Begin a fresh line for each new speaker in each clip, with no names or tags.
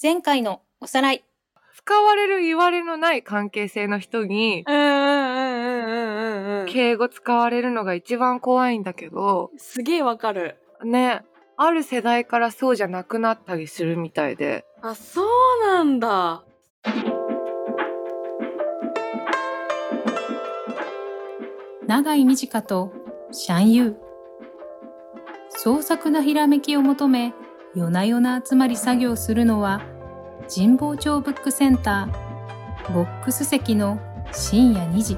前回のおさらい。
使われる言われのない関係性の人に、
うんうんうんうんうんう
敬語使われるのが一番怖いんだけど、
すげえわかる。
ね、ある世代からそうじゃなくなったりするみたいで、
あ、そうなんだ。長井美智香とシャンユー創作なひらめきを求め夜な夜な集まり作業するのは神保町ブックセンターボックス席の深夜2時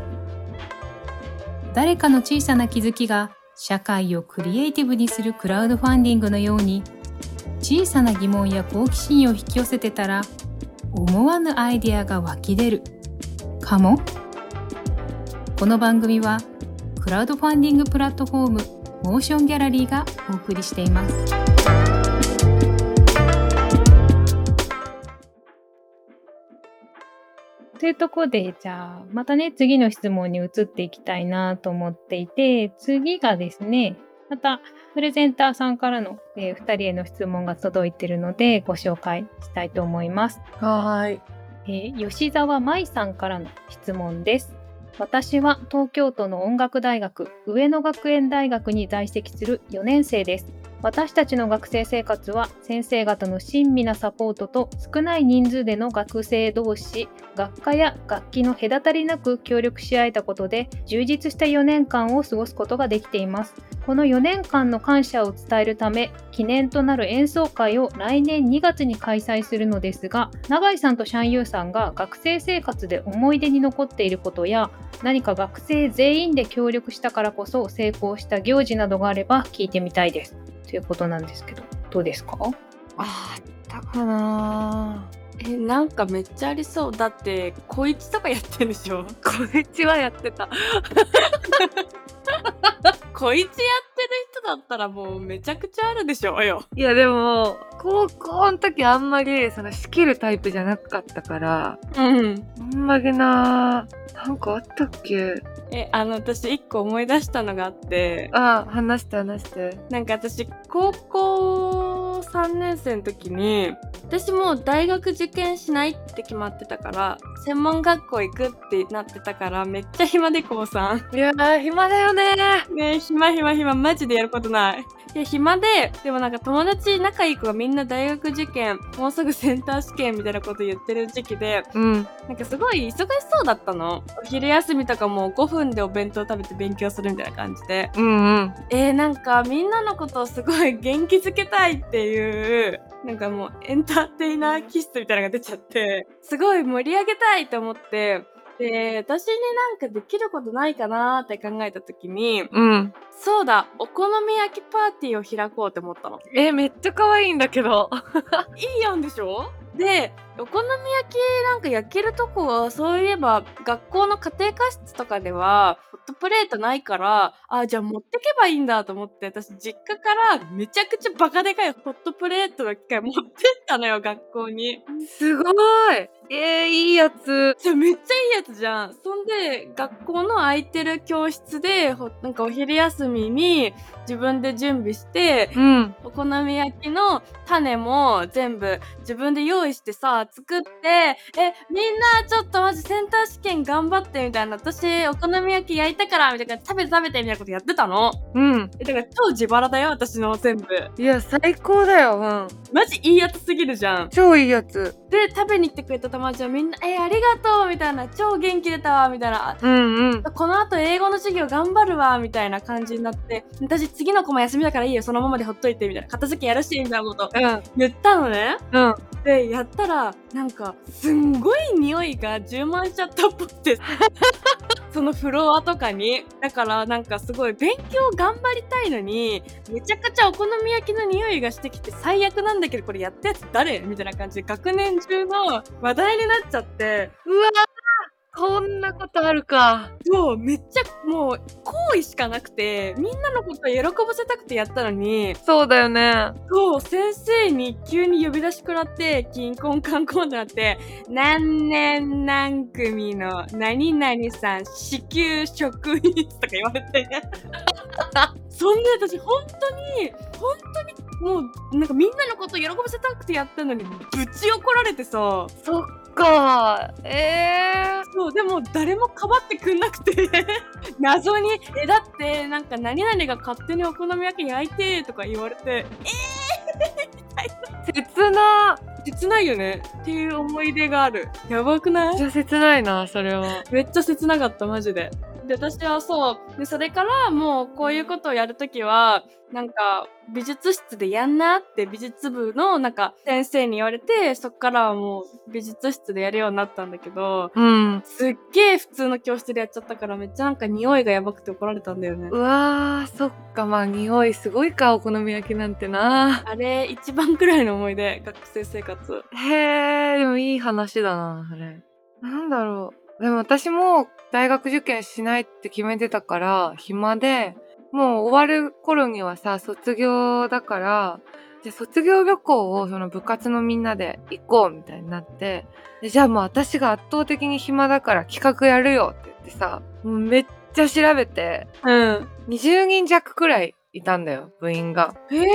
誰かの小さな気づきが社会をクリエイティブにするクラウドファンディングのように小さな疑問や好奇心を引き寄せてたら思わぬアイデアが湧き出るかもこの番組はクラウドファンディングプラットフォームモーションギャラリーがお送りしていますというところでじゃあまたね次の質問に移っていきたいなと思っていて次がですねまたプレゼンターさんからの、えー、2人への質問が届いているのでご紹介したいと思います、
はーい。
えー吉澤舞さんからの質問です私は東京都の音楽大学上野学園大学に在籍する4年生です私たちの学生生活は先生方の親身なサポートと少ない人数での学生同士学科や楽器の隔たりなく協力し合えたことで充実した4年間を過ごすことができていますこの4年間の感謝を伝えるため記念となる演奏会を来年2月に開催するのですが永井さんとシャンユーさんが学生生活で思い出に残っていることや何か学生全員で協力したからこそ成功した行事などがあれば聞いてみたいですということなんですけどどうですか
あー
だかな
えなんかめっちゃありそうだって小一とかやってんでしょ
こいちはやってた。
小一やってる人だったらもうめちゃくちゃあるでしょうよ
いやでも、高校の時あんまりその仕切るタイプじゃなかったから、
うん
あんまりななんかあったっけ
えあの私一個思い出したのがあって
あ、話して話して。
なんか私高校3年生の時に私もう大学受験しないって決まってたから専門学校行くってなってたからめっちゃ暇でこうさん
いやー、暇だよね
ねえ暇暇暇マジでやることないいや暇ででもなんか友達仲いい子がみんな大学受験もうすぐセンター試験みたいなこと言ってる時期で
うん。
なんかすごい忙しそうだったのお昼休みとかも5分でお弁当食べて勉強するみたいな感じで
うんうん。
えー、なんかみんなのことをすごい元気づけたいっていうなんかもうエンターテイナー気質みたいなのが出ちゃってすごい盛り上げたいと思ってで私になんかできることないかなって考えた時に
うん。
そうだお好み焼きパーティーを開こうって思ったの
えめっちゃ可愛いんだけど。
いいやんでしょでお好み焼きなんか焼けるとこはそういえば学校の家庭科室とかではホットプレートないからあじゃあ持ってけばいいんだと思って私実家からめちゃくちゃバカでかいホットプレートの機械持ってったのよ学校に
すごいえー、いいやつ。
じゃめっちゃいいやつじゃんそんで学校の空いてる教室でほなんかお昼休みに自分で準備して
うん。
お好み焼きの種も全部自分で用意してさ作ってえみんなちょっとマジセンター試験頑張ってみたいな私お好み焼き焼いたからみたいな食べて食べてみたいなことやってたの
うん。
えだから超自腹だよ私の全部
いや、最高だよ。うん。
マジいいやつすぎるじゃん
超いいやつ。
で食べに来てくれた友達はみんな「えありがとう」みたいな「超元気出たわ」みたいな
うんうん。
この後英語の授業頑張るわみたいな感じになって私次の子も休みだからいいよそのままでほっといてみたいな片付けやるしみたいなこと
うん。
言ったのね
うん。
でやったらなんかすんごい匂いが充満しちゃったっぽくてそのフロアとかにだからなんかすごい勉強頑張りたいのにめちゃくちゃお好み焼きの匂いがしてきて最悪なんだけどこれやったやつ誰みたいな感じで学年中の話題になっちゃって
うわーこんなことあるか。
もうめっちゃもう好意しかなくてみんなのことを喜ばせたくてやったのに
そうだよね。
そう先生に急に呼び出しくらって「キンコンカンコン」ってなって「何年何組の何々さん支給職員」とか言われてそんで私本当に本当にもうなんかみんなのこと喜ばせたくてやったのにぶち怒られてさ
そっかえ
そうでも誰もかばってくんなくて 謎に「えだってなんか何々が勝手にお好み焼き焼いて」とか言われて
ー、切な
切ないよねっていう思い出があるやばくない
じゃ切ないなそれは
めっちゃ切なかったマジで。で私はそうでそれからもうこういうことをやるときはなんか美術室でやんなって美術部のなんか先生に言われてそっからはもう美術室でやるようになったんだけど
うん
すっげえ普通の教室でやっちゃったからめっちゃなんか匂いがやばくて怒られたんだよね
う。わーそっかまあ匂いすごいかお好み焼きなんてな
あれ一番くらいの思い出学生生活。
へえでもいい話だなそれなんだろうでも私も大学受験しないって決めてたから暇でもう終わる頃にはさ卒業だからじゃあ卒業旅行をその部活のみんなで行こうみたいになってでじゃあもう私が圧倒的に暇だから企画やるよって言ってさもうめっちゃ調べて
うん。
20人弱くらいいたんだよ部員が。
へえ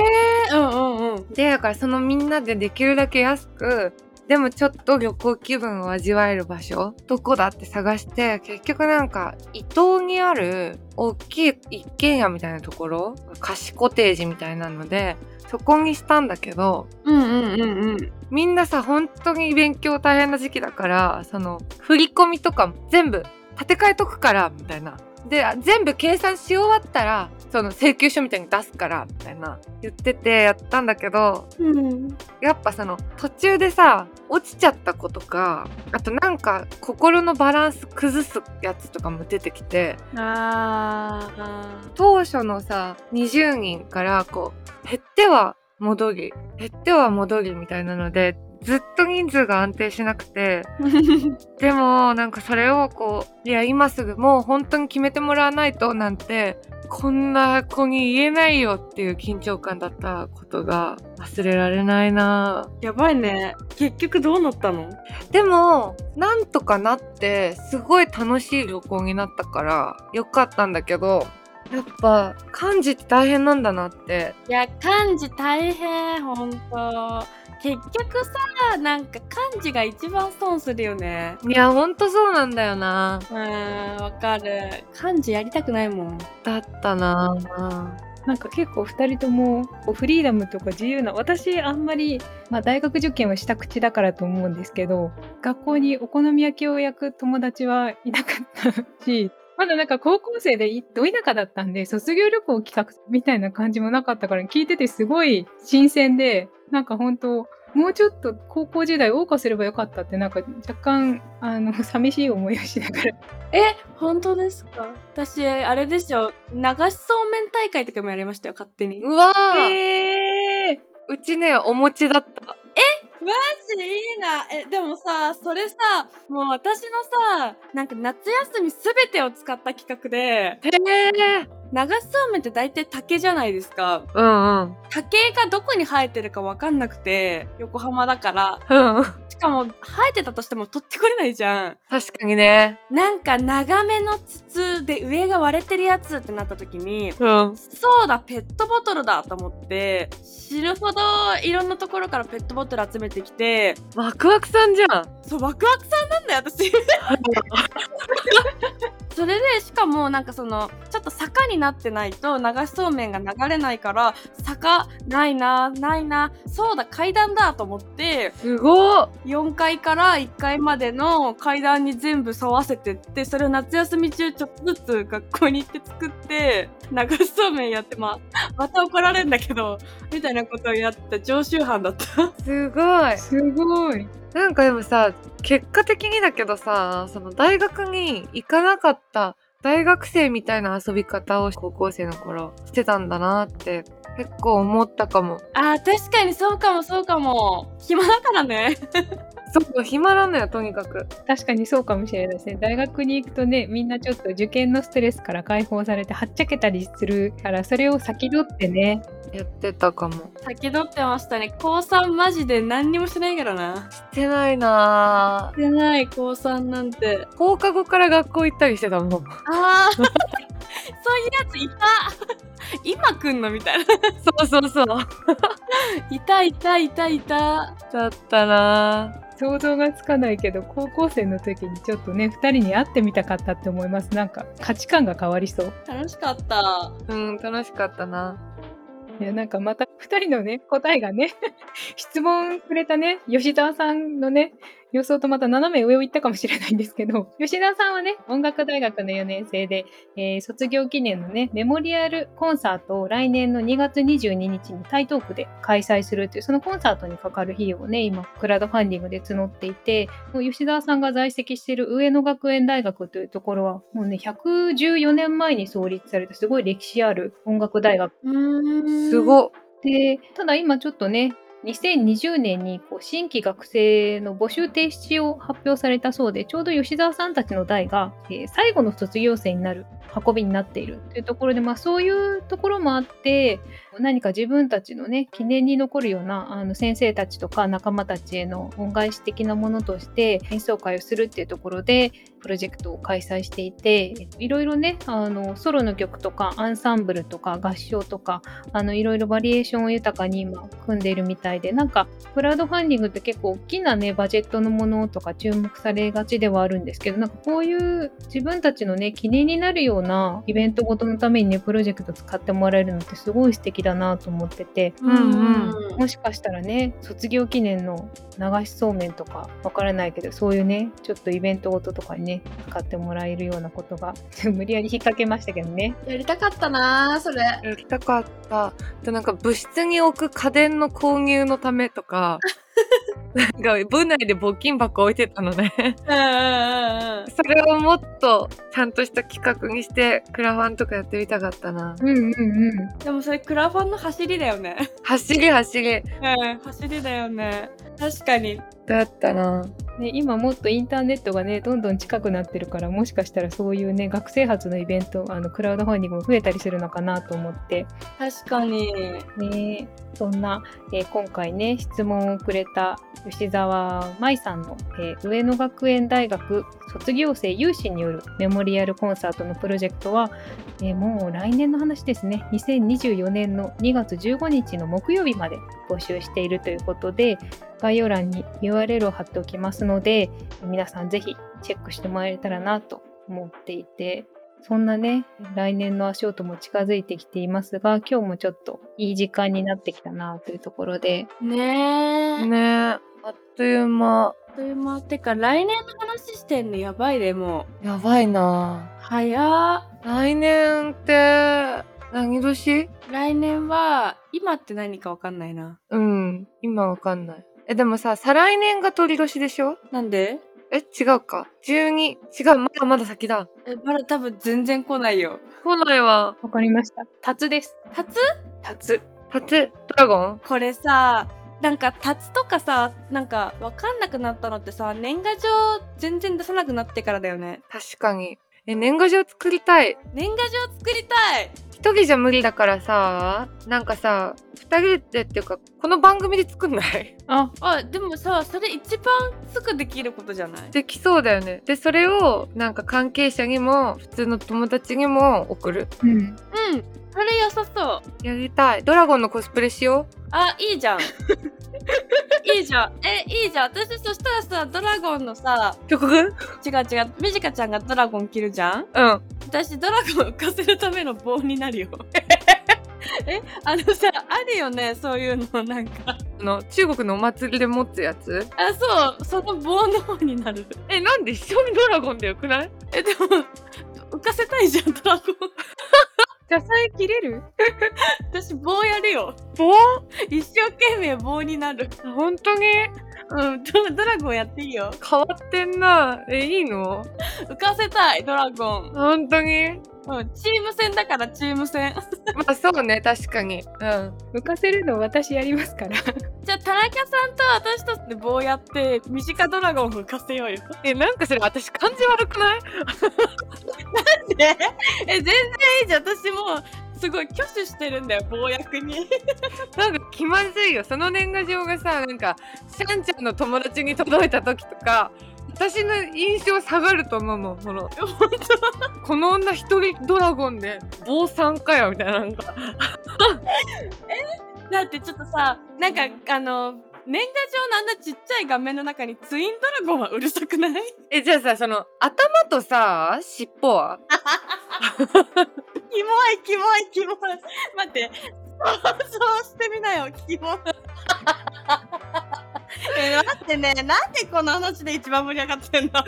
うんうんうん。
でだからそのみんなでできるだけ安くでもちょっと旅行気分を味わえる場所どこだって探して結局なんか伊東にある大きい一軒家みたいなところ貸しコテージみたいなのでそこにしたんだけど
うんうんうんうん。
みんなさ本当に勉強大変な時期だからその振り込みとか全部立て替えとくからみたいなであ全部計算し終わったらその請求書みたいに出すからみたいな言っててやったんだけど
うん。
やっぱその途中でさ落ちちゃった子とかあとなんか心のバランス崩すやつとかも出てきて
あーあー。
当初のさ20人からこう減っては戻り減っては戻りみたいなのでずっと人数が安定しなくてでもなんかそれをこういや今すぐもう本当に決めてもらわないとなんてこんな子に言えないよっていう緊張感だったことが忘れられないなぁ
やばいね。結局どうなったの
でもなんとかなってすごい楽しい旅行になったからよかったんだけどやっぱ漢字って大変なんだなって
いや、漢字大変、ほんと。結局さ、なんか漢字が一番損するよね。
いやほんとそうなんだよな
うーん、わかる。漢字やりたくないもん。
だったな
なんか結構2人ともこうフリーダムとか自由な私あんまり、まあ、大学受験をした口だからと思うんですけど学校にお好み焼きを焼く友達はいなかったし まだなんか高校生でいど田舎だったんで卒業旅行を企画するみたいな感じもなかったから聞いててすごい新鮮でなんか本当もうちょっと高校時代謳歌すればよかったってなんか若干あの 寂しい思いをしながら
え、本当ですか私、あれですよ。流しそうめん大会とかもやりましたよ、勝手に。
うわー
えー
うちねお餅だった
マジいいな。え、でもさ、それさ、もう私のさ、なんか夏休みすべてを使った企画で、
へえ
流しそうめんって大体竹じゃないですか。
うんうん
竹がどこに生えてるかわかんなくて横浜だから
うん
しかも生えてたとしても取ってこれないじゃん
確かにね
なんか長めの筒で上が割れてるやつってなった時に
うん
そうだペットボトルだと思って知るほどいろんなところからペットボトル集めてきて
ワクワクさんじゃん
そうワクワクさんなんだよ私 それでしかもなんかそのちょっと坂になってないと流しそうめんが流れないから坂ないなないなそうだ階段だと思って
すごっ
4階から1階までの階段に全部沿わせてってそれを夏休み中ちょっとずつ学校に行って作って流しそうめんやってまあまた怒られるんだけどみたいなことをやった常習犯だった。
すご い
すごい
なんかでもさ結果的にだけどさその大学に行かなかった大学生みたいな遊び方を高校生の頃してたんだなって結構思ったかも
あー確かにそうかもそうかも暇だからね
そう暇なのよとにかく
確かにそうかもしれないですね大学に行くとねみんなちょっと受験のストレスから解放されてはっちゃけたりするからそれを先取ってね
やってたかも
先取ってましたね高3マジで何にもしてないからな
してないな
してない高3なんて
ぁ放課後から学校行ったりしてたもん
あー そういうやついた 今来んのみたいな
そうそうそう。
いたいたいたいた
だったな
想像がつかないけど高校生の時にちょっとね2人に会ってみたかったって思いますなんか価値観が変わりそう
楽しかった
うん、楽しかったない
やなんかまた2人のね答えがね 質問くれたね吉沢さんのね予想とまた斜め上を行ったかもしれないんですけど 吉沢さんはね音楽大学の4年生で、えー卒業記念のねメモリアルコンサートを来年の2月22日に台東区で開催するというそのコンサートにかかる費用をね今クラウドファンディングで募っていてもう吉沢さんが在籍している上野学園大学というところはもうね114年前に創立されたすごい歴史ある音楽大学
うーん
すごっ。
でただ今ちょっとね2020年にこう新規学生の募集停止を発表されたそうでちょうど吉沢さんたちの代が、えー最後の卒業生になる運びになっているというところで、まあ、そういうところもあって何か自分たちのね記念に残るようなあの先生たちとか仲間たちへの恩返し的なものとして演奏会をするっていうところでプロジェクトを開催していていろいろねあのソロの曲とかアンサンブルとか合唱とかあのいろいろバリエーションを豊かに今組んでいるみたいでなんかクラウドファンディングって結構大きなねバジェットのものとか注目されがちではあるんですけどなんかこういう自分たちのね記念になるようなイベントごとのためにねプロジェクト使ってもらえるのってすごい素敵だなと思ってて
うんうん
もしかしたらね卒業記念の流しそうめんとかわからないけどそういうねちょっとイベントごととかにね使ってもらえるようなことが 無理やり引っ掛けましたけどね
やりたかったなそれ
やりたかった。あとなんか部室に置く家電の購入のためとか、なんか部内で募金箱置いてたのね。
うんうんうんうん
それをもっとちゃんとした企画にしてクラファンとかやってみたかったな。
うんうんうん
でもそれクラファンの走りだよね。
走り走り
うん、走りだよね。確かに。
だったな。
ね、今もっとインターネットがねどんどん近くなってるからもしかしたらそういうね学生発のイベントあのクラウドファンディングも増えたりするのかなと思って、
確かに。
ね、そんな、えー今回ね質問をくれた吉澤舞さんの、えー上野学園大学卒業生有志によるメモリアルコンサートのプロジェクトは、えーもう来年の話ですね2024年の2月15日の木曜日まで募集しているということで概要欄に URL を貼っておきますので皆さんぜひチェックしてもらえたらなと思っていてそんなね来年の足音も近づいてきていますが今日もちょっといい時間になってきたなというところで
ねえ。
ねえ、あっという間。
あっという間。てか、来年の話してんのやばいでも
やばいな
う。。早っ。
来年って何年
来年は、今って何かわかんないな。
うん、今わかんない。え、でもさ、再来年が鳥年でしょ
なんで
え、違うか。12。違う、まだまだ先だ。
え、まだ多分全然来ないよ。
来ないわ。
わかりましたタツです
タツ
タツ
タツ、ドラゴン
これさ、なんか、タツとかさ、なんか、わかんなくなったのってさ、年賀状全然出さなくなってからだよね。
確かに。え、年賀状作りたい。
年賀状作りたい
一人じゃ無理だからさ、なんかさ、二人でっていうか、この番組で作ん ない
あ
あ、でもさ、それ一番すぐできることじゃない
できそうだよねでそれをなんか関係者にも普通の友達にも送る
うん
うん、それ良さそう。
やりたいドラゴンのコスプレしよ
あ、いいじゃん。いいじゃん。え、いいじゃん。私そしたらさ、ドラゴンのさ、
う曲うん
違う違う、みじかちゃんがドラゴン着るじゃん私、ドラゴン浮かせるための棒になるよ。え、あのさ、あるよね、そういうの、なんか。
あの中国のお祭りで持つやつ
あ、そう、その棒の方になる。
えなんで一緒にドラゴンでよくない
え、でも、浮かせたいじゃん、ドラゴン。
野菜切れる
私、棒やるよ。
棒
一生懸命棒になる。
本当に
うん、ドドラゴンやっていいよ。
変わってんなえいいの
浮かせたい、ドラゴン。
本当に
うん、チーム戦だから、チーム戦。
まあそうね確かにうん
浮かせるの私やりますから
じゃあ田中さんと私たちで棒やって身近ドラゴンを浮かせようよ。
えなんかそれ私感じ悪くない
え全然いいじゃん私もうすごい挙手してるんだよ棒役に。
なんか気まずいよその年賀状がさなんかシャンちゃんの友達に届いた時とか私の印象下がると思うもんそ のこの女一人ドラゴンで坊さんかよみたいななんか
だってちょっとさなんかあの年賀状のあんなちっちゃい画面の中にツインドラゴンはうるさくない
えじゃあさその頭とさ尻尾は
キモいキモいキモい待って想像してみなよキ モいえ待ってねなんでこの話で一番盛り上がってん の
やっ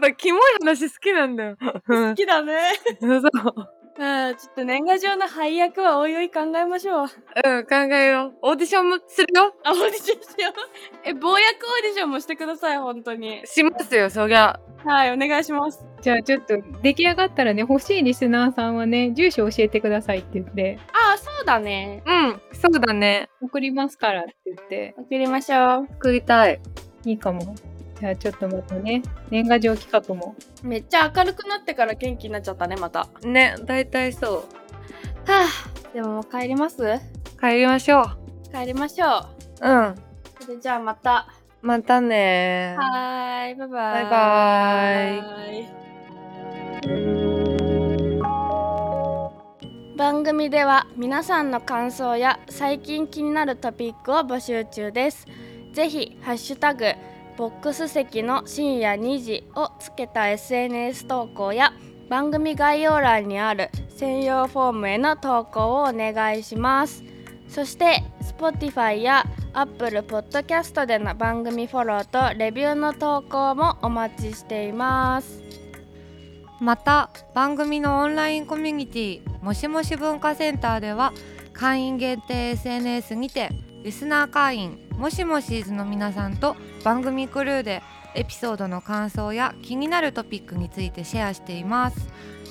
ぱキモい話好きなんだよ
好きだね
そう
うんちょっと年賀状の配役はおいおい考えましょ
う
う
ん考えようオーディションもするよ
あオーディションしようえ暴薬オーディションもしてください本当に
しますよそりゃ
はいお願いします
じゃあちょっと出来上がったらね欲しいリスナーさんはね住所教えてくださいって言って
あそうだね
うんそうだね
送りますからって言って
送りましょう
作りたい
いいかもじゃあちょっとまたね年賀状企画も
めっちゃ明るくなってから元気になっちゃったねまたは
ね大体そ
あでももう帰ります
う帰りましょう
帰りましょ
うん
うそれじゃあまた
またね
はーいバイバ
バ
イ
イバイ
イ番組では皆さんの感想や最近気になるトピックを募集中ですぜひハッシュタグボックス席の深夜2時をつけた SNS 投稿や番組概要欄にある専用フォームへの投稿をお願いしますそして Spotify や Apple Podcast での番組フォローとレビューの投稿もお待ちしています
また番組のオンラインコミュニティもしもし文化センターでは会員限定 SNS にてリスナー会員もしもしーずの皆さんと番組クルーでエピソードの感想や気になるトピックについてシェアしています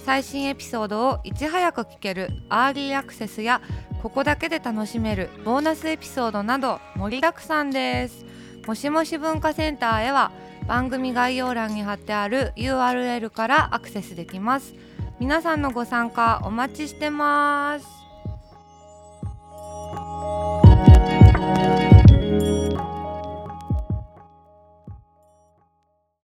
最新エピソードをいち早く聞けるアーリーアクセスやここだけで楽しめるボーナスエピソードなど盛りだくさんですもしもし文化センターへは番組概要欄に貼ってある URL からアクセスできます皆さんのご参加お待ちしてます